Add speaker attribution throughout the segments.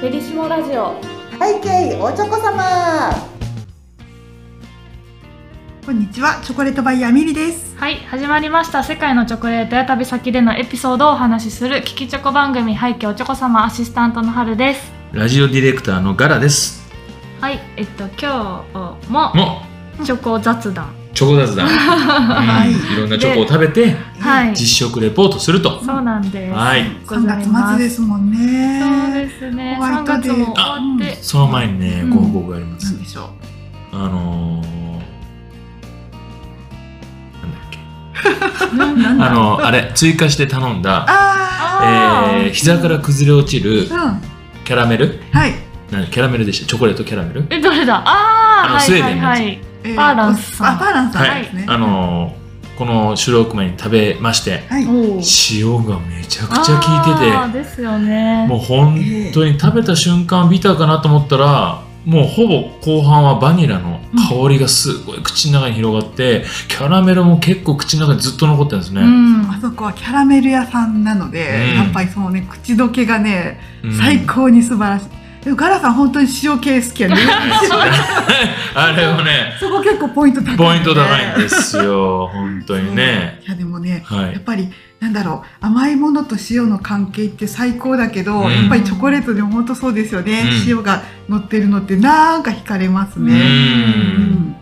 Speaker 1: ペリシモラジオ
Speaker 2: 背景おちょこ様
Speaker 3: こんにちは、チョコレートバイヤーミリです。
Speaker 1: はい始まりました世界のチョコレートや旅先でのエピソードをお話しする聞きチョコ番組背景おちょこ様アシスタントの春です
Speaker 4: ラジオディレクターのガラです。
Speaker 1: はいえっと今日も
Speaker 4: も
Speaker 1: チョコ雑談
Speaker 4: うチョコ雑談、うんいろんなチョコを食べて
Speaker 1: はい
Speaker 4: 実食レポートすると。
Speaker 1: そうなんです
Speaker 4: はい。
Speaker 1: ご
Speaker 3: 三
Speaker 1: ざいま
Speaker 3: 月末ですすもん
Speaker 1: そうで
Speaker 3: ね。
Speaker 1: すね
Speaker 3: ホワ
Speaker 1: 3
Speaker 3: イト
Speaker 1: 月
Speaker 3: デー
Speaker 1: も終わって
Speaker 4: その前にね、
Speaker 1: うん
Speaker 4: ご報告がありま
Speaker 3: な
Speaker 4: す
Speaker 3: ん。でしょう。
Speaker 4: あのー、なんだっけ。
Speaker 3: なん
Speaker 4: あのーあれ追加して頼んだ、
Speaker 3: あ
Speaker 4: え
Speaker 1: あー
Speaker 4: ー、膝から崩れ落ちる
Speaker 3: ー、うん、
Speaker 4: キャラメル、
Speaker 3: はい。
Speaker 4: なんキャラメルでした。チョコレートキャラメル。
Speaker 1: えどれだあ
Speaker 4: あの
Speaker 1: あー
Speaker 4: スウ
Speaker 1: は
Speaker 4: ェ
Speaker 1: い
Speaker 4: ー
Speaker 1: は
Speaker 4: デ
Speaker 1: い
Speaker 4: ンのやつ
Speaker 1: はい
Speaker 3: え
Speaker 1: バーランスさん
Speaker 3: あ、バーランスさんですね。
Speaker 4: あのー、この収録前に食べまして、
Speaker 3: はい。
Speaker 1: おー
Speaker 4: 塩がめちゃくちゃ効いてて
Speaker 1: あ。ーですよね
Speaker 4: もう本当に食べた瞬間ビターかなと思ったらもうほぼ後半はバニラの香りがすごい口の中に広がって、キャラメルも結構口の中にずっと残ってるんですね、
Speaker 1: うん
Speaker 3: あそこはキャラメル屋さんなので、
Speaker 4: うん
Speaker 3: やっぱりそのね、口どけがね、
Speaker 4: うん
Speaker 3: 最高に素晴らしい。でもガラさん本当に塩系好き やね。
Speaker 4: あれはね
Speaker 3: そこ結構ポイント高い、ね。
Speaker 4: ポイント高いんですよ本当にね
Speaker 3: いやでもね、
Speaker 4: は
Speaker 3: やっ
Speaker 4: い
Speaker 3: ぱりなんだろう甘いものと塩の関係って最高だけど、
Speaker 4: うん
Speaker 3: やっぱりチョコレートでも本当そうですよね、
Speaker 4: うん
Speaker 3: 塩が乗ってるのってなんか惹かれます
Speaker 4: う
Speaker 3: ね、うん
Speaker 4: ん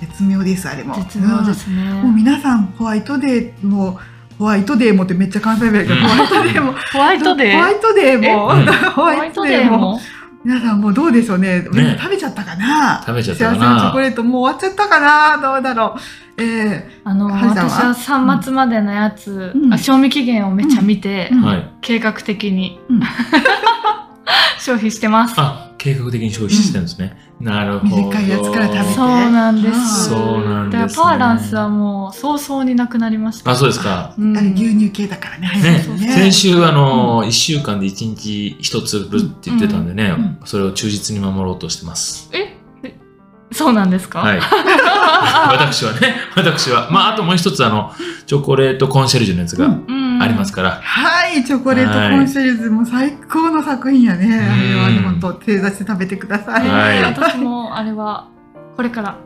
Speaker 3: 絶妙ですあれも
Speaker 1: 絶妙ですね、
Speaker 3: うんもう皆さんホワイトデーもホワイトデーもってめっちゃ関西弁やけど、
Speaker 4: うん
Speaker 3: ホワイトデーも
Speaker 1: ホワイトデー
Speaker 3: ホワイトデーも
Speaker 4: えうん
Speaker 3: ホ
Speaker 1: ホ
Speaker 3: ワイトデーも皆さんもうどうでしょうねみんな食べちゃったかな
Speaker 4: 食べちゃったかな
Speaker 3: 幸せのチョコレートもう終わっちゃったかなどうだろうえ
Speaker 1: あの
Speaker 3: はるちゃん
Speaker 1: 私
Speaker 3: は
Speaker 1: は3末までのやつ、
Speaker 3: うん
Speaker 1: あ賞味期限をめっちゃ見て、
Speaker 3: うん
Speaker 4: はい
Speaker 1: 計画的に、
Speaker 3: うん
Speaker 1: 消費してます
Speaker 4: あ計画的に消費してるんですね、なるほど
Speaker 3: 短いやつから食べて
Speaker 1: そうなんです
Speaker 4: そうなんですね
Speaker 1: だからパーランスはもう早々になくなりました
Speaker 4: あそうですか
Speaker 1: うん
Speaker 3: えあれ牛乳系だからね
Speaker 4: ね
Speaker 3: そうそう
Speaker 4: 先週あの、一1週間で1日1粒って言ってたんでね、
Speaker 3: ん
Speaker 4: それを忠実に守ろうとしてます。
Speaker 1: ええそうなんですか、
Speaker 4: はい。私はね、私は。まあ、あともう一つあの、チョコレートコンシェルジュのやつ
Speaker 3: う
Speaker 4: が
Speaker 3: ん
Speaker 1: うん
Speaker 4: ありますから。
Speaker 3: はい、チョコレートコンシェルジュも最高の作品やね。あれはね
Speaker 4: うん
Speaker 3: 本当正座して食べてください。
Speaker 4: はい
Speaker 1: ね私もあれはこれからん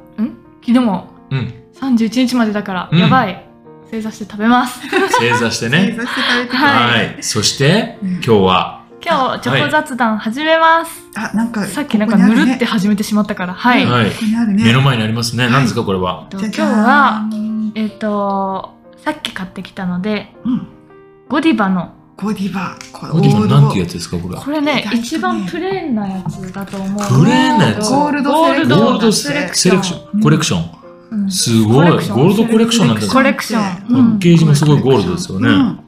Speaker 1: 昨日も
Speaker 4: うん。
Speaker 1: 31日までだから、
Speaker 4: うん
Speaker 1: やばい正座して食べ ます
Speaker 4: 正座して
Speaker 3: 正
Speaker 4: ね。
Speaker 3: 座して食べてくだ
Speaker 4: は
Speaker 3: さ
Speaker 4: い。そして、
Speaker 3: うん
Speaker 4: 今日は、
Speaker 1: 今日チョコ雑談始めます、
Speaker 3: い。あ、なんか
Speaker 1: さっきなんかぬるって
Speaker 3: こ
Speaker 1: 始めてしまったから、はい。
Speaker 3: うん
Speaker 4: はい。
Speaker 3: こにあるね。
Speaker 4: 目の前にありますね。何ですか、これは。
Speaker 1: と
Speaker 3: じ
Speaker 1: 今
Speaker 3: ゃ
Speaker 1: 日
Speaker 3: じゃー
Speaker 1: は、
Speaker 3: ん
Speaker 1: えっ、と、さっき買ってきたので、
Speaker 3: うん、
Speaker 1: ゴディバの、
Speaker 3: ゴディバ、これ
Speaker 4: ゴディバ
Speaker 3: 王道
Speaker 4: なんていうやつですか、これは
Speaker 1: こ。れ
Speaker 3: 意
Speaker 1: ね
Speaker 3: 外、とね
Speaker 1: 一番プレーンなやつだと思う。
Speaker 4: プレーンなやつ
Speaker 3: ゴールドセレクション
Speaker 4: ゴールド
Speaker 3: セレ
Speaker 4: セレクション、コレクション。
Speaker 1: ョン
Speaker 4: すごい。ゴールドコレクションなんです
Speaker 1: コ
Speaker 4: よ
Speaker 1: レクション
Speaker 4: パッケージもすごいゴールドですよね
Speaker 3: うんあの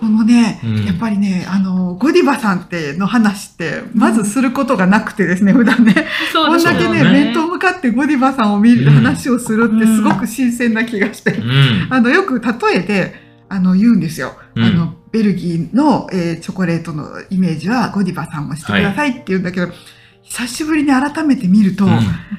Speaker 3: このね、
Speaker 4: うん
Speaker 3: やっぱりね、あの、ゴディバさんっての話って、まずすることがなくてですね、普段ね。こんだけ
Speaker 4: そう
Speaker 3: ね、
Speaker 4: だね
Speaker 3: 面と向かってゴディバさんを見る
Speaker 4: うん
Speaker 3: 話をするってすごく新鮮な気がして。
Speaker 4: うん。
Speaker 3: あの、よく例えで、あの、言うんですよ。
Speaker 4: うん
Speaker 3: あの、ベルギーの、えーチョコレートのイメージはゴディバさんもしてくださいって言うんだけど、久しぶりに改めて見ると、
Speaker 4: うん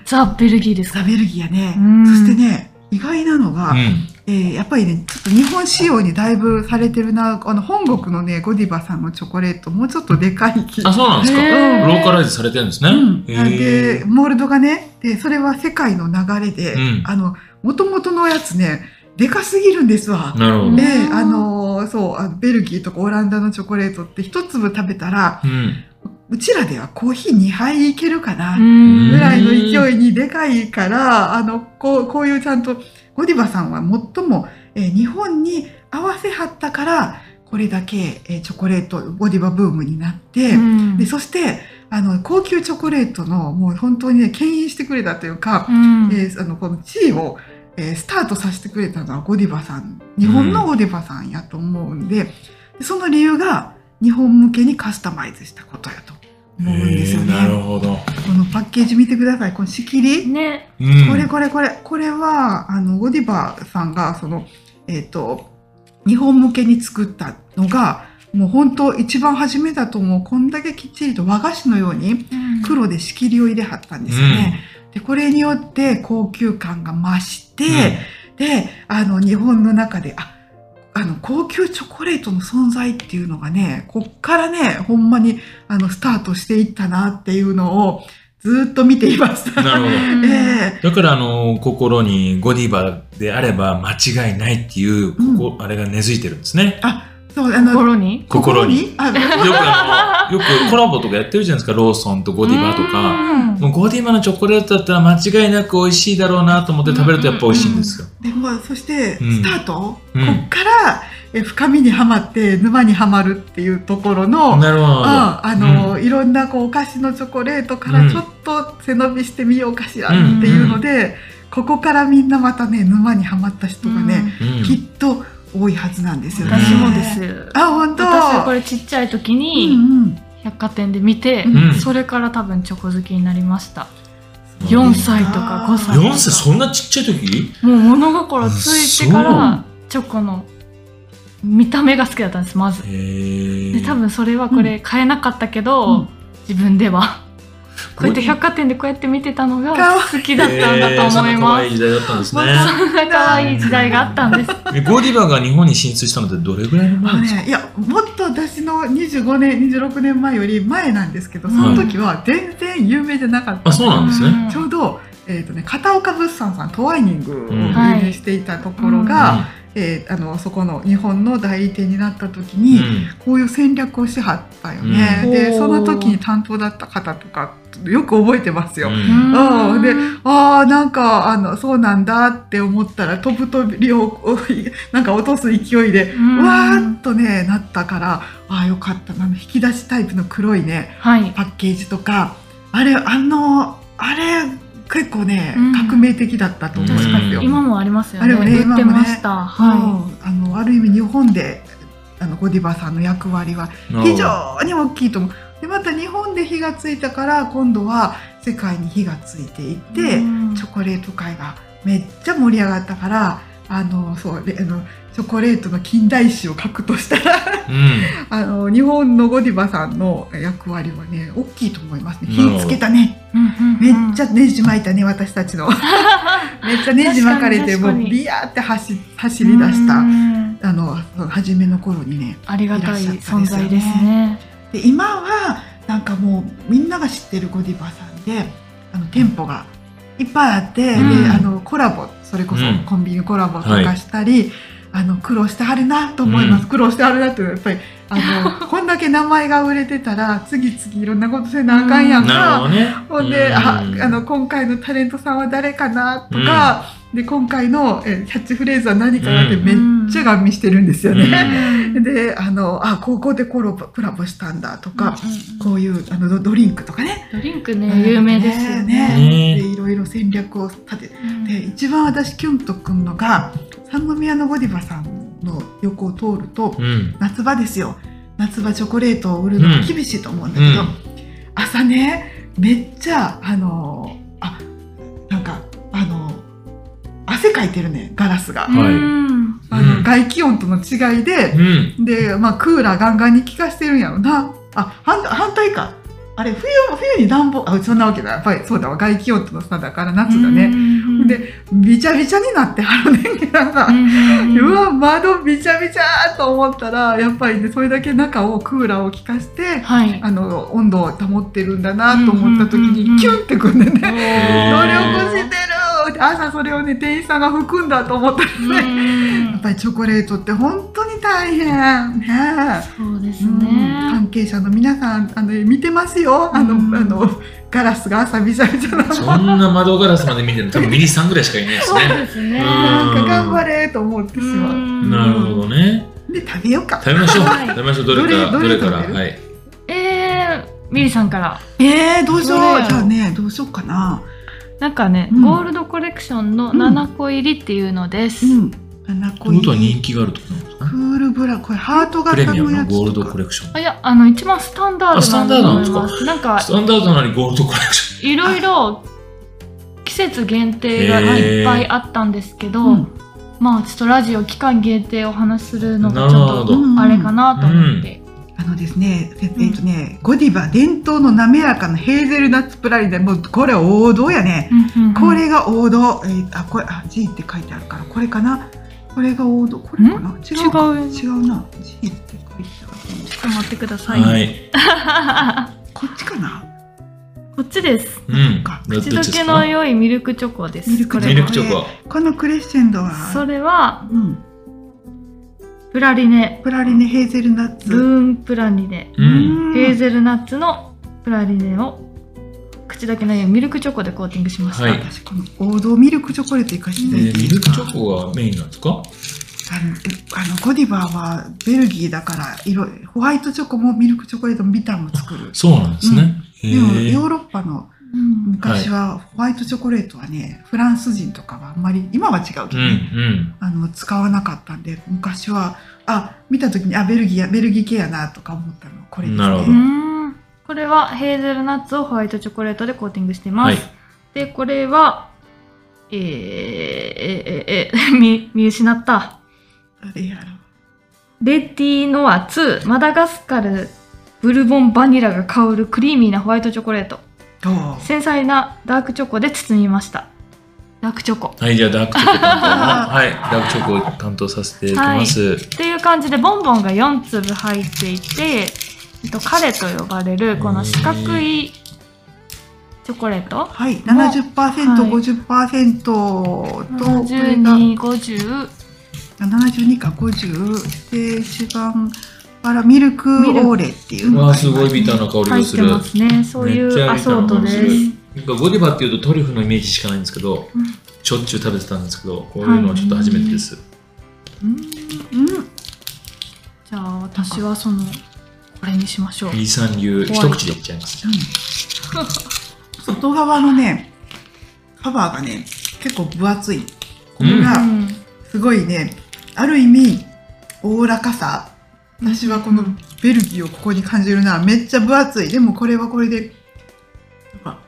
Speaker 1: ザ・ベルギーですか
Speaker 3: ザ・ベルギーやね、
Speaker 1: うん
Speaker 3: そしてね、意外なのが、
Speaker 4: うん。
Speaker 3: えーやっぱりね、ちょっと日本仕様にだいぶされてるな、あの、本国のね、ゴディバさんのチョコレート、もうちょっとでかい気
Speaker 4: あ、そうなんですか。
Speaker 1: へ
Speaker 4: ロ
Speaker 1: ー
Speaker 4: ーカライズされてるんですね。
Speaker 3: うん、
Speaker 4: へー
Speaker 3: で、モールドがね、で、それは世界の流れで、
Speaker 4: うん
Speaker 3: あの、元々のやつね、でかすぎるんですわ。
Speaker 4: なるほど。
Speaker 3: で、
Speaker 1: うん
Speaker 3: あのーそう、あのベルギーとかオランダのチョコレートって一粒食べたら、
Speaker 4: うん。
Speaker 3: うちらではコーヒー2杯いけるかな、
Speaker 1: うん
Speaker 3: ぐらいの勢いにでかいから、あの、こう、こういうちゃんと、ゴディバさんは最も、えー日本に合わせはったから、これだけ、えーチョコレート、ゴディバブームになって、
Speaker 1: うん
Speaker 3: で、そして、あの、高級チョコレートの、もう本当にね、牽引してくれたというか
Speaker 1: う、ん
Speaker 3: えーあのこの地位を、えースタートさせてくれたのはゴディバさん日本のゴディバさんやと思うんで,、でその理由が日本向けにカスタマイズしたことやと思うんですよ
Speaker 4: へーなる
Speaker 3: ね。
Speaker 4: ほど。
Speaker 3: このパッケージ見てくださいこの仕切り、
Speaker 1: ね、
Speaker 4: うん
Speaker 3: これこれこれこれはあのゴディバさんがそのえっ、と日本向けに作ったのがもう本当一番初めだと思うこんだけきっちりと和菓子のように黒で仕切りを入れはったんですよね。で、これによって高級感が増して、で、あの、日本の中で、あ、あの高級チョコレートの存在っていうのがねこっからねほんまにあのスタートしていったなっていうのをずっと見ていました。
Speaker 4: なるほど。
Speaker 1: うん
Speaker 3: ええ
Speaker 4: だからあの心にゴディバであれば間違いないっていうここ、あれが根付いてるんですね。
Speaker 3: そうあの
Speaker 1: 心に
Speaker 4: 心に。よ
Speaker 3: あ
Speaker 4: くあのよくコラボとかやってるじゃないですかローソンとゴディバとか。
Speaker 1: うん
Speaker 4: もうゴディバのチョコレートだったら間違いなく美味しいだろうなと思って食べるとやっぱ美味しいんですよ。
Speaker 3: でもそして
Speaker 4: うん
Speaker 3: スタート、
Speaker 4: うん
Speaker 3: こっからえ深みにはまって沼にはまるっていうところの、
Speaker 4: なるほど。
Speaker 3: ああの、
Speaker 4: う
Speaker 3: いろんなこうお菓子のチョコレートか
Speaker 4: う
Speaker 3: ら
Speaker 4: ん
Speaker 3: ちょっと背伸びしてみようかしらっていうので、ここからみんなまたね沼にはまった人がね、
Speaker 4: うん
Speaker 3: きっと多いはずなんですよね。
Speaker 1: 私もです
Speaker 3: あ本当
Speaker 1: 私これちっちゃい時
Speaker 3: う
Speaker 1: に
Speaker 3: んうん
Speaker 1: 百貨店で見て、
Speaker 4: うん
Speaker 1: それから多分チョコ好きになりました、
Speaker 4: うん
Speaker 1: 4歳とか5歳とか
Speaker 4: 4歳そんなちっちゃい時
Speaker 1: もう物心ついてか
Speaker 4: うん
Speaker 1: らチョコの見た目が好きだったんですまず
Speaker 4: へー
Speaker 1: で多分それはこれ買えなかったけど、
Speaker 3: うん
Speaker 1: 自分ではこうやって
Speaker 4: かわ
Speaker 1: 百貨店でこうやって見てたのが
Speaker 3: かわ
Speaker 1: 好きだったんだと思いま
Speaker 4: い
Speaker 1: す、
Speaker 4: 時代だったんです
Speaker 1: そ
Speaker 4: ね。
Speaker 1: んな 可愛い時代があったんです
Speaker 4: えゴディバが日本に進出したのってどれぐらいの前
Speaker 3: あの
Speaker 4: ですか、
Speaker 3: ね、いやもっと私の25年26年前より前なんですけどその時は全然有名じゃなかった、
Speaker 4: あそうなんですね。
Speaker 3: ちょうど、えーとね、片岡物産さんトワイニングを輸入していたところ
Speaker 1: あ
Speaker 3: が、えーあのそこの日本の代理店になった時に、こういう戦略をしはったよね、
Speaker 1: うん
Speaker 3: で
Speaker 1: おー
Speaker 3: その時に担当だった方とかよく覚えてますよ、
Speaker 4: うん
Speaker 1: うん
Speaker 3: うんであーなんかあのそうなんだって思ったら飛ぶ飛びを おいなんか落とす勢いで、
Speaker 1: うん
Speaker 3: わーっとねなったからあーよかったなあの引き出しタイプの黒いね
Speaker 1: はい
Speaker 3: パッケージとかあれあのあれ結構ね、
Speaker 1: うん
Speaker 3: 革命的だったと思いますよ。
Speaker 1: 今もありますよ
Speaker 3: あ
Speaker 1: ね
Speaker 3: れもね
Speaker 1: 売ってました、は
Speaker 3: うんあのある意味日本であのゴディバさんの役割は
Speaker 4: うん
Speaker 3: 非常に大きいと思う。でまた日本で火がついたから今度は世界に火がついてい
Speaker 1: い
Speaker 3: って、
Speaker 1: うん
Speaker 3: チョコレート界がめっちゃ盛り上がったからあのそうであのチョコレートの近代史を書くとしたら
Speaker 4: うん
Speaker 3: あの日本のゴディバさんの役割はね大きいと思いますね
Speaker 4: なるほど
Speaker 3: 火つけたね
Speaker 1: うん
Speaker 3: めっちゃねじ巻いたね私たち のめっちゃねじ巻かれて
Speaker 1: 確か
Speaker 3: も
Speaker 1: に確かに
Speaker 3: うビヤーって走走り出した。
Speaker 1: うん
Speaker 3: あのその初めの頃にね
Speaker 1: ありがたい
Speaker 3: いらっしゃった
Speaker 1: 存
Speaker 3: ですよね
Speaker 1: 在ですね
Speaker 3: で今はなんかもうみんなが知ってるゴディバさんであの店舗がいっぱいあって、
Speaker 1: うん
Speaker 3: であのコラボそれこそ
Speaker 4: うん
Speaker 3: コンビニコラボと
Speaker 4: は
Speaker 3: か
Speaker 4: い
Speaker 3: したり、あの苦労してはるなと思います、
Speaker 4: う
Speaker 3: 苦労してはるなってやっぱりあ のこんだけ名前が売れてたら次々いろんなことせなあかんやん
Speaker 4: なる
Speaker 3: か、
Speaker 4: ほどね。
Speaker 3: ほんで、
Speaker 4: う
Speaker 3: ああの今回のタレントさんは誰かなとか、で今回のえキャッチフレーズは何かなって
Speaker 4: うん
Speaker 3: めっちゃガン見してるんですよね。
Speaker 4: うん
Speaker 3: であのあ高校でコラボコラボしたんだとか、
Speaker 1: うん
Speaker 3: こういうあのドドリンクとかね
Speaker 1: ドリンクね有名ですよね
Speaker 4: ね
Speaker 3: でいろいろ戦略を立てて
Speaker 1: うん
Speaker 3: で一番私キュンとくんのが三宮のゴディバさんの横を通ると
Speaker 4: うん。
Speaker 3: 夏場ですよ夏場チョコレートを売るのが厳しいと思うんだ
Speaker 4: う
Speaker 3: け
Speaker 4: ん
Speaker 3: ど、朝ねめっちゃあのあなんかあの汗かいてるねガラスが。
Speaker 4: はい
Speaker 1: うん
Speaker 3: あ
Speaker 4: う
Speaker 3: の
Speaker 4: ん
Speaker 3: 外気温との違いで、
Speaker 4: うん。
Speaker 3: で、まあ、クーラーガンガンに効かしてるんやろな。あ、反反対か。あれ、冬、冬に暖房、あ、そんなわけだ。やっぱりそうだわ。外気温との差だから夏だね。
Speaker 1: うん
Speaker 3: で、びちゃびちゃになってはるねんけどさ。
Speaker 1: うん
Speaker 3: うわ、窓びちゃびちゃーと思ったら、やっぱりね、それだけ中をクーラーを効かして、
Speaker 1: はい
Speaker 3: あの、温度を保ってるんだなと思った時
Speaker 1: うんうんうんうん
Speaker 3: に、キュンってくんでね。
Speaker 4: へ
Speaker 3: 努
Speaker 4: ー
Speaker 3: 力してるって朝それをね、店員さんが吹くんだと思ったらね。やっぱりチョコレートって本当に大変ねえ
Speaker 1: そうです
Speaker 3: うん
Speaker 1: ね
Speaker 3: 関係者の皆さんあの見てますよあの,、
Speaker 1: うん
Speaker 3: あのガラスが朝びちゃびちゃなの
Speaker 4: そんな窓ガラスまで見てるの多分ミリさんぐらいしかいないです
Speaker 1: そう
Speaker 4: ね。
Speaker 1: ですね
Speaker 3: なんか頑張れと思ってしまう
Speaker 4: なるほどね。
Speaker 3: で食べようか
Speaker 4: 食べましょう。
Speaker 1: はい
Speaker 4: 食べましょう。どれから、ど
Speaker 3: どれ
Speaker 4: れか
Speaker 3: どれ食
Speaker 4: ら。
Speaker 3: べる
Speaker 4: はい。
Speaker 1: えーミリさんから
Speaker 3: えー、どうしよう
Speaker 1: どれやろう
Speaker 3: じゃあねどうしようかな
Speaker 1: なんかね
Speaker 3: うん
Speaker 1: ゴールドコレクションの7個入りっていうのです
Speaker 3: うん花子
Speaker 4: ということは人気があるってことなんです
Speaker 3: ク
Speaker 4: か
Speaker 3: ールブラこれハート
Speaker 4: プレ
Speaker 3: 型
Speaker 4: ミア
Speaker 3: の
Speaker 4: ム
Speaker 3: や
Speaker 4: の
Speaker 3: つ
Speaker 4: ゴールド
Speaker 3: と
Speaker 4: コ
Speaker 3: か
Speaker 4: レクション。
Speaker 1: あいやあの一番スタンダード
Speaker 4: あスタンダードなんですか
Speaker 1: だと思いますなんか
Speaker 4: スタンダードなりゴールドコレクシ
Speaker 1: いろいろ季節限定がいっぱいあったんですけど、
Speaker 3: うん
Speaker 1: まあちょっとラジオ期間限定お話しするのがち
Speaker 4: なる
Speaker 1: ょ
Speaker 4: ほ
Speaker 1: っ
Speaker 4: ど
Speaker 1: とあれかなと思って、
Speaker 3: あのですね、ええっとね、ゴディバ伝統の滑らかなヘーゼルナッツプラリネ、もうこれ王道やね。
Speaker 1: うんうんうん
Speaker 3: これが王道、えーあこれあ G って書いてあるからこれかなこれが王道これかな違うか
Speaker 1: 違う
Speaker 3: 違うなチーズって書いてある
Speaker 1: ちょっと待ってください、
Speaker 4: はい。
Speaker 3: こっちかな
Speaker 1: こっちです
Speaker 4: うん。どっ
Speaker 1: 口
Speaker 4: ちで
Speaker 1: ど
Speaker 4: す
Speaker 1: け
Speaker 4: か
Speaker 1: の良いミルクチョコです
Speaker 3: ミルク
Speaker 1: これ
Speaker 3: ョ
Speaker 1: は
Speaker 4: ミルクチョコ。
Speaker 3: このクレッシェンドは
Speaker 1: それは
Speaker 3: うん、
Speaker 1: プラリネ
Speaker 3: プラリネヘーゼルナッ
Speaker 1: ル
Speaker 3: ツ
Speaker 1: ーンプラリネ
Speaker 4: うん。
Speaker 1: ヘーゼルナッツのプラリネを口どけの良いミルクチョコでコーティングしました、
Speaker 4: はい
Speaker 3: 私この王道ミルクチョコレートいかしてい
Speaker 4: え
Speaker 3: ただ
Speaker 4: ーミ
Speaker 3: いていいで
Speaker 4: ル
Speaker 3: す
Speaker 4: ク
Speaker 3: か
Speaker 4: チョコがメインなんですか
Speaker 3: あのえあのゴディバーはベルギーだからいろホワイトチョコもミルクチョコレートもビターも作る
Speaker 4: そうなんですね。へ
Speaker 3: でもヨ
Speaker 4: ー
Speaker 3: ーロッパの
Speaker 1: うん
Speaker 3: 昔はホワイトチョコレートはね、フランス人とかはあんまり今は違うけ
Speaker 4: う
Speaker 3: ど
Speaker 4: ん
Speaker 3: ね、
Speaker 4: うん。
Speaker 3: あの使わなかったんで昔はあ見た時にあベルギーやベルギー系やなとか思ったのこれです
Speaker 4: なるほ
Speaker 1: う
Speaker 4: ど
Speaker 3: ね
Speaker 1: んこれはヘーゼルナッツをホワイトチョコレートでコーティングしています、
Speaker 4: はい
Speaker 1: でこれはえー、えー、えー、え ー、見見失った
Speaker 3: あれやろ
Speaker 1: レティノア2マダガスカルブルボンバニラが香るクリーミーなホワイトチョコレート
Speaker 3: どう
Speaker 1: 繊細なダークチョコで包みましたダークチョコ
Speaker 4: はい、じゃあダークチョコ担当の。はい、ダークチョコを担当させていただきます。
Speaker 1: っていう感じでボンボンが4粒入っていて、えっと、カレと呼ばれるこの四角いチョコレート
Speaker 3: は
Speaker 1: は
Speaker 3: い
Speaker 1: い
Speaker 3: 70%50% と、これが
Speaker 1: 1250
Speaker 3: 72か50で一番あらミルクオーレっていう
Speaker 4: う
Speaker 3: の
Speaker 4: わ
Speaker 3: が
Speaker 4: ーすごいビターな香り
Speaker 1: 入
Speaker 4: が
Speaker 1: っ
Speaker 4: す
Speaker 1: て
Speaker 4: る。
Speaker 1: ますねそうい
Speaker 4: めっち
Speaker 1: う
Speaker 4: ゃ
Speaker 1: ア
Speaker 4: 入った
Speaker 1: ソ
Speaker 4: の
Speaker 1: ートです
Speaker 4: 面白いなんかゴディバっていうとトリュフのイメージしかないんですけど、
Speaker 1: うん
Speaker 4: しょっちゅう食べてたんですけど、こういうのはちょっと初めてです。
Speaker 1: うんじ
Speaker 3: うん
Speaker 1: ゃあ私はそのこれにしましょう
Speaker 4: B さん流、
Speaker 1: 怖い
Speaker 4: 一口でいっちゃいます。
Speaker 3: 外側のねカバーがね結構分厚いこ
Speaker 4: う
Speaker 3: れ
Speaker 4: ん
Speaker 3: が
Speaker 1: うん
Speaker 3: すごいねある意味おおらかさ私はこのベルギーをここに感じるなめっちゃ分厚いでもこれはこれでなんか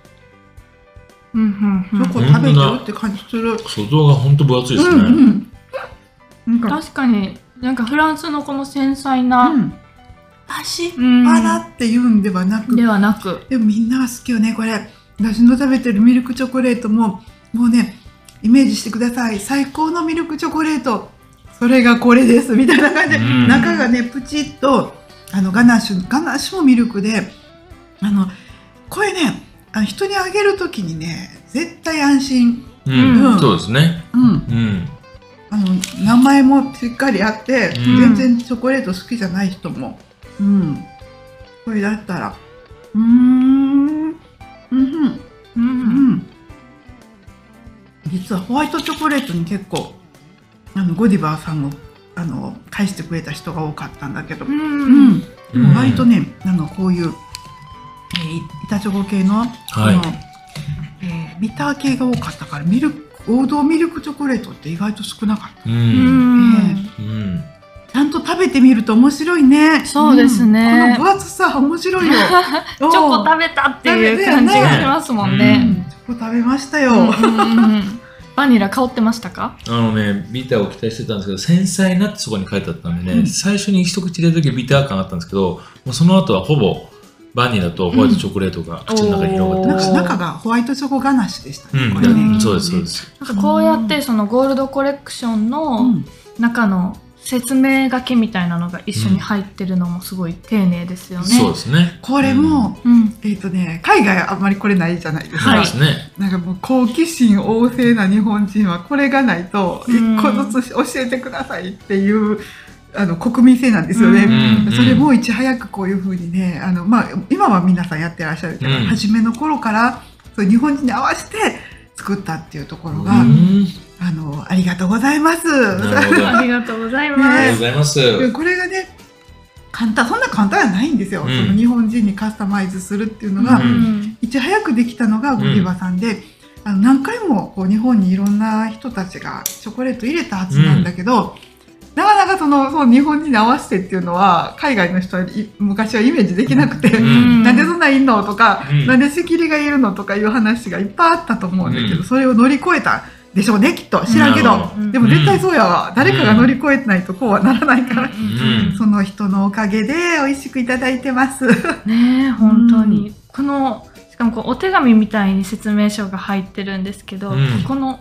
Speaker 1: うんうん
Speaker 3: チ
Speaker 1: うん
Speaker 3: ョコ食べてるって感じする、
Speaker 4: 外が本当分厚いで
Speaker 3: う
Speaker 4: す
Speaker 3: ん
Speaker 4: ね。
Speaker 3: うんなんか
Speaker 1: 確かになんかフランスのこの繊細
Speaker 3: う
Speaker 1: な、
Speaker 3: んパシッ
Speaker 1: うん
Speaker 3: パラっていうんではなく
Speaker 1: ではなく
Speaker 3: でもみんなは好きよねこれ私の食べてるミルクチョコレートももうねイメージしてください最高のミルクチョコレートそれがこれですみたいな感じで、
Speaker 4: うん
Speaker 3: 中がねプチッとあのガナッシュガナッシュもミルクであのこれねあの人にあげる時にね絶対安心、
Speaker 4: うん、
Speaker 3: うん
Speaker 4: そうですね。
Speaker 3: うん、
Speaker 4: うん。
Speaker 3: あの名前もしっかりあって、
Speaker 4: うん
Speaker 3: 全然チョコレート好きじゃない人も、うん、これだったらうーんうんうん
Speaker 1: う
Speaker 3: うんん、実はホワイトチョコレートに結構あのゴディバーさんもあの返してくれた人が多かったんだけど、
Speaker 1: う
Speaker 3: うん
Speaker 1: ん
Speaker 3: でも割と
Speaker 4: ね、
Speaker 3: ね、なんかこういう、えーい板チョコ系の,、
Speaker 4: はい
Speaker 3: のえービター系が多かったからミルク王道ミルクチョコレートって意外と少なかった
Speaker 4: う。
Speaker 1: うんん
Speaker 4: うん。
Speaker 3: ちゃんと食べてみると面白いね
Speaker 1: そうです
Speaker 3: うん
Speaker 1: ね
Speaker 3: この分厚さ面白いよチ
Speaker 1: チョコ食べたっていう感じがしますもん
Speaker 4: べ
Speaker 1: ね
Speaker 4: ね
Speaker 3: チョコ食べましたよ、
Speaker 1: うんうんうんバニラ香ってましたか
Speaker 4: あのね、ビターを期待してたんですけど、繊細なってそこに書いてあったんでね、
Speaker 3: うん
Speaker 4: 最初に一口入れた時ビター感あったんですけど、もうその後はほぼバニラとホワイトチョコレートが口の中に広がって
Speaker 3: なん
Speaker 4: まし
Speaker 3: か
Speaker 4: た。
Speaker 3: 中がホワイトチョコガナッシュでした
Speaker 4: う
Speaker 3: ね、
Speaker 4: ん
Speaker 3: これね
Speaker 4: うん、そうです、そうです。
Speaker 1: なんかこうやってそのゴールドコレクション
Speaker 3: う
Speaker 1: の
Speaker 3: ん
Speaker 1: 中の説明書きみたいなのが一緒に入ってるのもすごい丁寧ですよね。
Speaker 4: そうですね。
Speaker 3: これも、
Speaker 1: うん
Speaker 3: えっ、とね海外あんまりこれないじゃないですか、
Speaker 4: そうですね。
Speaker 3: なんかもう好奇心旺盛な日本人はこれがないと
Speaker 1: うん
Speaker 3: 一個ずつ教えてくださいっていうあの国民性なんですよね、
Speaker 4: うん
Speaker 3: それもいち早くこういうふうにねあの、まあ、今は皆さんやってらっしゃるけど、
Speaker 4: うん
Speaker 3: 初めの頃からそう日本人に合わせて作ったっていうところ
Speaker 4: う
Speaker 3: が、
Speaker 4: ん。
Speaker 3: あのありがとうございます。
Speaker 4: なるほど。
Speaker 1: ありがとうございま
Speaker 4: ありがとう
Speaker 1: す。
Speaker 4: ございます。
Speaker 3: でこれがね簡単そんな簡単じゃないんですよ、
Speaker 4: うん
Speaker 3: その日本人にカスタマイズするっていうの
Speaker 1: う
Speaker 3: が、
Speaker 4: ん
Speaker 1: ん
Speaker 3: いち早くできたのがゴディバさんで、あの何回もこう日本にいろんな人たちがチョコレート入れたはずなんだけど、なかなかそのその日本人に合わせてっていうのは海外の人はい昔はイメージできなくて、
Speaker 4: うん
Speaker 1: うん
Speaker 3: なんでそんなんいんのとか、
Speaker 4: うん
Speaker 3: なんで仕切りがいるのとかいう話がいっぱいあったと思うんだけど、
Speaker 4: うん
Speaker 3: それを乗り越えたでしょうねきっと知らんけ
Speaker 4: なる
Speaker 3: ど、
Speaker 4: ほ
Speaker 1: ど
Speaker 3: でも絶対そうやわ、誰かが乗り越えてないとこうはならないから、
Speaker 4: うん
Speaker 3: その人のおかげで美味しくいただいてます。
Speaker 1: ねえ本当に、このしかもこうお手紙みたいに説明書が入ってるんですけど、
Speaker 4: うん
Speaker 1: この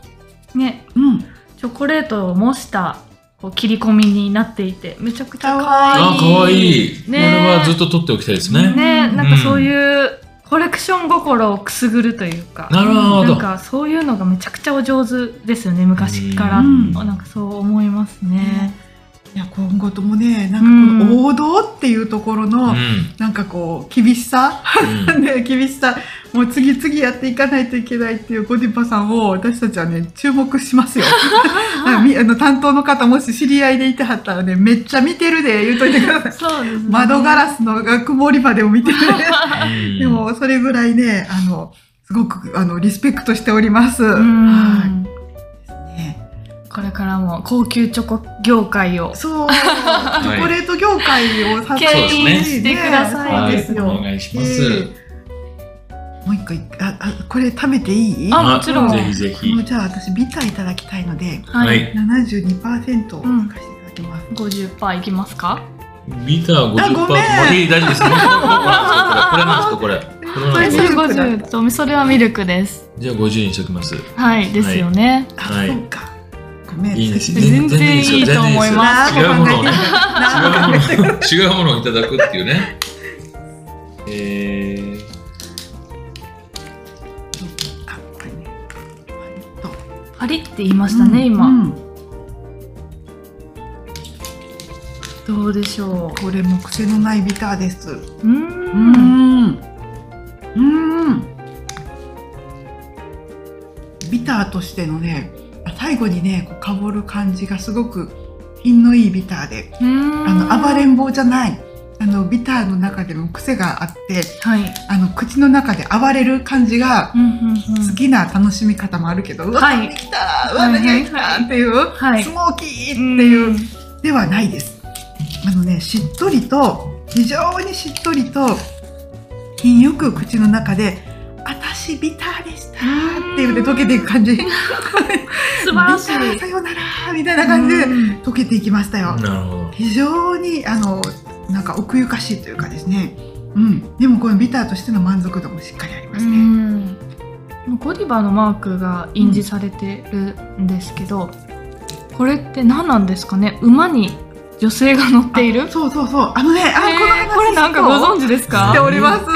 Speaker 1: ね
Speaker 3: うん
Speaker 1: チョコレートを模したこう切り込みになっていてめちゃくちゃ可愛
Speaker 4: あ
Speaker 1: い
Speaker 4: かわいい、
Speaker 1: ねえ
Speaker 4: これはずっと撮っておきたいですね
Speaker 1: ね
Speaker 3: うん
Speaker 1: なんかそういうコレクション心をくすぐるというか
Speaker 4: なるほ
Speaker 1: な
Speaker 4: ど
Speaker 1: んかそういうのがめちゃくちゃお上手ですよね昔から、
Speaker 3: うん
Speaker 1: なんかそう思いますね。
Speaker 3: いや今後ともねなんかこの王道っていうところ
Speaker 4: う
Speaker 3: の、
Speaker 4: ん
Speaker 3: なんかこう厳しさ、
Speaker 4: うん
Speaker 3: ね、厳しさもう次々やっていかないといけないっていうゴディパさんを私たちはね注目しますよあみあの担当の方もし知り合いでいてはったらねめっちゃ見てるで言うといてください
Speaker 1: そうですね
Speaker 3: 窓ガラスの曇りまでを見てる でもそれぐらいねあのすごくあのリスペクトしております、
Speaker 1: うん
Speaker 3: はね
Speaker 1: うんこれからも高級チョコ業界を
Speaker 3: そう、チョコレート業界を支え
Speaker 1: 牽
Speaker 4: 引
Speaker 1: してください
Speaker 3: そう
Speaker 4: は
Speaker 3: で
Speaker 4: い
Speaker 3: すよ。
Speaker 4: お願いします、
Speaker 3: もう一個いああこれ食べていい？
Speaker 1: あ
Speaker 3: あ
Speaker 1: もちろん
Speaker 4: ぜひぜひ
Speaker 3: のじゃあ私ビターいただきたいので、
Speaker 1: はい
Speaker 4: はい
Speaker 3: 72%を貸していただきます。
Speaker 1: 50%いきますか
Speaker 4: ビター50%
Speaker 3: あごめん
Speaker 4: もういい大丈 夫です。これなんですかこれ。これ
Speaker 1: こ
Speaker 4: なん
Speaker 1: れ
Speaker 4: です
Speaker 3: そ
Speaker 4: か
Speaker 3: れミルクだ
Speaker 1: 50とみそれはミルクです
Speaker 4: じゃあ50にしときます。
Speaker 1: はいですよね、
Speaker 3: あ、
Speaker 4: はい
Speaker 3: そうか。ごめん。
Speaker 4: いいです。
Speaker 3: ね。
Speaker 1: 全然いいと思いま
Speaker 4: 全然いいですよ違うものをね。
Speaker 3: 何も考えてな
Speaker 4: 違
Speaker 3: い。
Speaker 4: うものをいただくっていうね。えー、
Speaker 3: あこれねパリッと
Speaker 1: パリって言いましたね、
Speaker 3: うん
Speaker 1: 今、
Speaker 3: うん
Speaker 1: どうでしょ
Speaker 3: これも癖のないビターです。
Speaker 1: ううーん
Speaker 3: う、ん。うん。ビターとしてのね、最後にね、こう香る感じがすごく品のいいビターで、
Speaker 1: うん
Speaker 3: あの暴れん坊じゃない。あのビターの中でも癖があって、
Speaker 1: はい、
Speaker 3: あの口の中で暴れる感じが
Speaker 1: うんうんうん、
Speaker 3: 好きな楽しみ方もあるけど、うわ、
Speaker 1: はい
Speaker 3: 何が来た、うわ、何が来たっていう、
Speaker 1: はい
Speaker 3: スモーキーっていう
Speaker 1: うん
Speaker 3: ではないです。あのね、しっとりと、非常にしっとりと、品よく口の中で、私ビターでしたって言って溶けていく感じ。素
Speaker 1: 素晴らしい
Speaker 3: さよならみたいな感じで
Speaker 1: うん
Speaker 3: 溶けていきましたよ。
Speaker 4: なるほど。
Speaker 3: 非常に、あの、なんか奥ゆかしいというかですね。うん。でもこのビターとしての満足度もしっかりありま
Speaker 1: う
Speaker 3: すね。
Speaker 1: んゴディバのマークが印字されてるんですけど、これって何なんですかね馬に女性が乗っている
Speaker 3: あそうそうそう。あのね、あ、
Speaker 1: えー
Speaker 3: この話
Speaker 1: これなんかご存
Speaker 3: 知
Speaker 1: 知です
Speaker 3: っ
Speaker 1: か
Speaker 3: ております。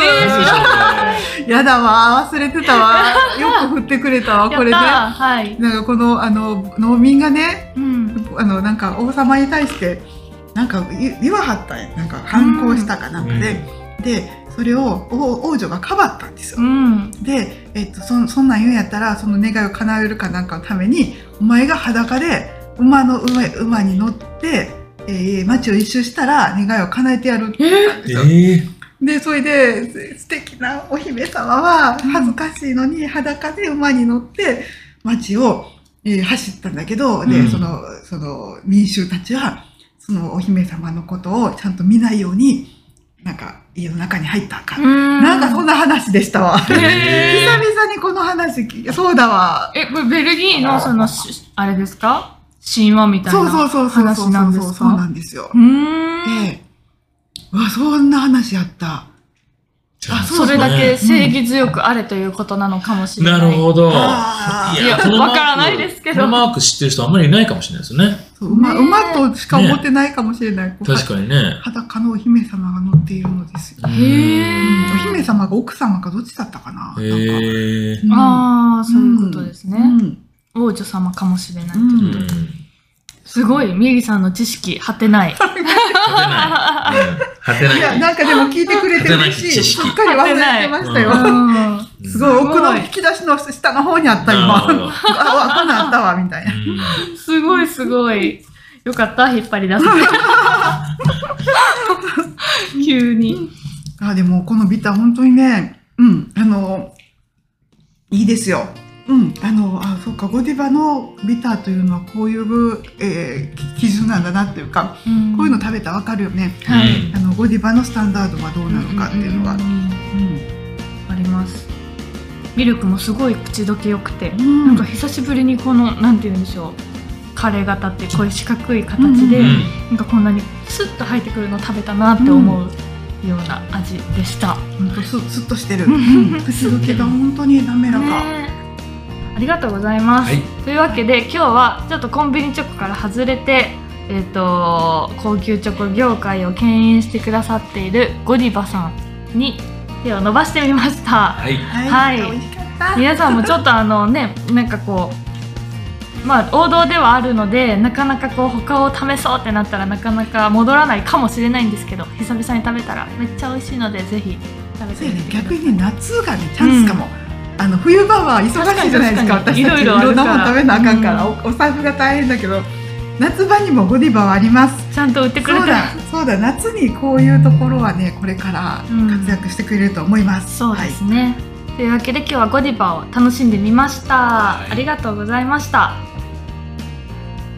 Speaker 3: やだわー忘れてたわーよく振ってくれたわこれね
Speaker 1: やった
Speaker 3: な
Speaker 1: ーはい、
Speaker 3: んかこのあの農民がね
Speaker 1: うん、
Speaker 3: あのなんか王様に対してなんか言言わはったんやなんか反抗したかなんかで、でそれを王王女がかばったんです
Speaker 1: う
Speaker 3: よ、
Speaker 1: ん
Speaker 3: で、えっと、そそんなん言うんやったらその願いを叶えるかなんかのためにお前が裸で馬の上馬に乗って、えー街を一周したら願いを叶えてやるって言ったんですよ
Speaker 4: え
Speaker 3: でそれで素敵なお姫様は恥ずかしいのに裸で馬に乗って街を、えー走ったんだけど、
Speaker 4: う
Speaker 3: で
Speaker 4: ん
Speaker 3: そのその民衆たちはそのお姫様のことをちゃんと見ないようになんか家の中に入ったか、なんかそんな話でした
Speaker 4: ー、
Speaker 3: わ。久
Speaker 4: え
Speaker 3: 々にこの話聞いてそうだわ。
Speaker 1: えこれベルギーのそのしあれですか神話みたいな
Speaker 3: そうそうそうそう
Speaker 1: 話
Speaker 3: そう
Speaker 1: な
Speaker 3: そ
Speaker 1: ん
Speaker 3: う
Speaker 1: で
Speaker 3: そう
Speaker 1: す
Speaker 3: そうな
Speaker 1: か
Speaker 3: んですよ
Speaker 1: う。ーん
Speaker 3: で、うわそんな話やった。
Speaker 4: ー
Speaker 3: あ
Speaker 1: それだけ正義強くあれということなのかもしれない、
Speaker 4: なるほど。
Speaker 3: あー
Speaker 1: いや
Speaker 4: このマーク
Speaker 1: わからないですけど
Speaker 4: このマーク知ってる人あんまりいないかもしれないですよね。
Speaker 3: そう馬
Speaker 1: ねえ
Speaker 3: 馬としか思ってないかもしれない。こう
Speaker 4: 確かにね。
Speaker 3: 裸のお姫様が乗っているのですよ。
Speaker 4: うん
Speaker 1: へー
Speaker 3: お姫様が奥様かどっちだったかな。なんか
Speaker 4: へえ。
Speaker 3: うん
Speaker 1: ああそういうことですね、
Speaker 3: うん
Speaker 1: 王女様かもしれない、
Speaker 3: うん
Speaker 4: うん。
Speaker 1: すごいみゆりさんの知識果てない
Speaker 4: 勝てない。うん勝てない
Speaker 3: いや、なんかでも聞いてくれて嬉しい。
Speaker 4: 勝
Speaker 3: す
Speaker 4: て
Speaker 3: っかり忘れてました
Speaker 1: う
Speaker 3: よ。
Speaker 1: ん
Speaker 4: うん
Speaker 3: すごい奥
Speaker 1: すご
Speaker 3: の
Speaker 1: い
Speaker 3: 引き出しの下の方にあった
Speaker 4: なるほ
Speaker 3: 今。
Speaker 4: ど
Speaker 3: あ、わこんなんあったわみたいな。
Speaker 4: う
Speaker 1: すごいすごい。よかった、引っ張り出す。 急に。
Speaker 3: あ、でもこのビター本当にね、うん、あのいいですよ。うん、あのあ、そうか、ゴディバのビターというのはこういう、えー基準なんだなっていうか、こういうの食べたらわかるよね。
Speaker 4: ん
Speaker 1: はい
Speaker 4: うん
Speaker 3: あのゴディバのスタンダードはどうなのかっていうのが
Speaker 1: ん。んうんあります。ミルクもすごい口どけよくて、
Speaker 3: うん
Speaker 1: なんか久しぶりにこの、なんて言うんでしょう。カレー型ってこういう四角い形で、
Speaker 3: うん
Speaker 4: うん
Speaker 1: なんかこんなにスッと入ってくるの食べたなって思うような味でした。
Speaker 3: 本当すすっとしてる。
Speaker 1: うん
Speaker 3: うん口どけが本当に滑らか。
Speaker 1: ねえありがとうございます。
Speaker 4: はい。
Speaker 1: というわけで今日はちょっとコンビニチョコから外れてえっ、と高級チョコ業界を牽引してくださっているゴディバさんに手を伸ばしてみま した。
Speaker 4: はい。
Speaker 3: はい、
Speaker 1: はい
Speaker 3: 美味しかった。
Speaker 1: 皆さんもちょっとあのねなんかこうまあ王道ではあるのでなかなかこう他を試そうってなったらなかなか戻らないかもしれないんですけど久々に食べたらめっちゃ美味しいのでぜひ食べ
Speaker 3: そ
Speaker 1: て
Speaker 3: うや
Speaker 1: み
Speaker 3: ね
Speaker 1: てくださ
Speaker 3: 逆
Speaker 1: い。
Speaker 3: にね夏がねチャンスかも、あの冬場は忙しいじゃないで
Speaker 1: 確かに確か
Speaker 3: すか
Speaker 1: に
Speaker 3: 私たち
Speaker 1: い
Speaker 3: い
Speaker 1: ろいろあ
Speaker 3: ろ
Speaker 1: る
Speaker 3: ん
Speaker 1: か
Speaker 3: な
Speaker 1: ら
Speaker 3: もの食べなあかんから、おお財布が大変だけど夏場にもゴディバはあります
Speaker 1: ちゃんと売ってく
Speaker 3: そ
Speaker 1: れ
Speaker 3: う
Speaker 1: た
Speaker 3: だそうだ夏にこういうところはねこれから活躍してくれると思います、
Speaker 1: そうですね、というわけで今日はゴディバを楽しんでみました、
Speaker 4: はい
Speaker 1: ありがとうございました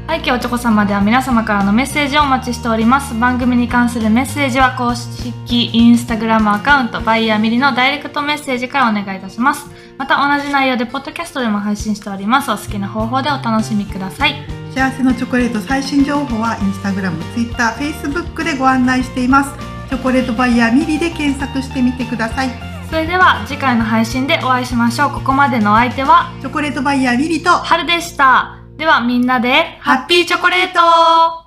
Speaker 1: 背景おちょこ様では皆様からのメッセージをお待ちしております番組に関するメッセージは公式インスタグラムアカウントバイヤーミリのダイレクトメッセージからお願いいたしますまた同じ内容でポッドキャストでも配信しておりますお好きな方法でお楽しみください
Speaker 3: はい幸せのチョコレート最新情報はインスタグラム、ツイッター、フェイスブックでご案内していますチョコレートバイヤーミリで検索してみてください
Speaker 1: それでは次回の配信でお会いしましょうここまでのお相手は
Speaker 3: チョコレートバイヤーミリと
Speaker 1: 春でしたではみんなでハッピーチョコレート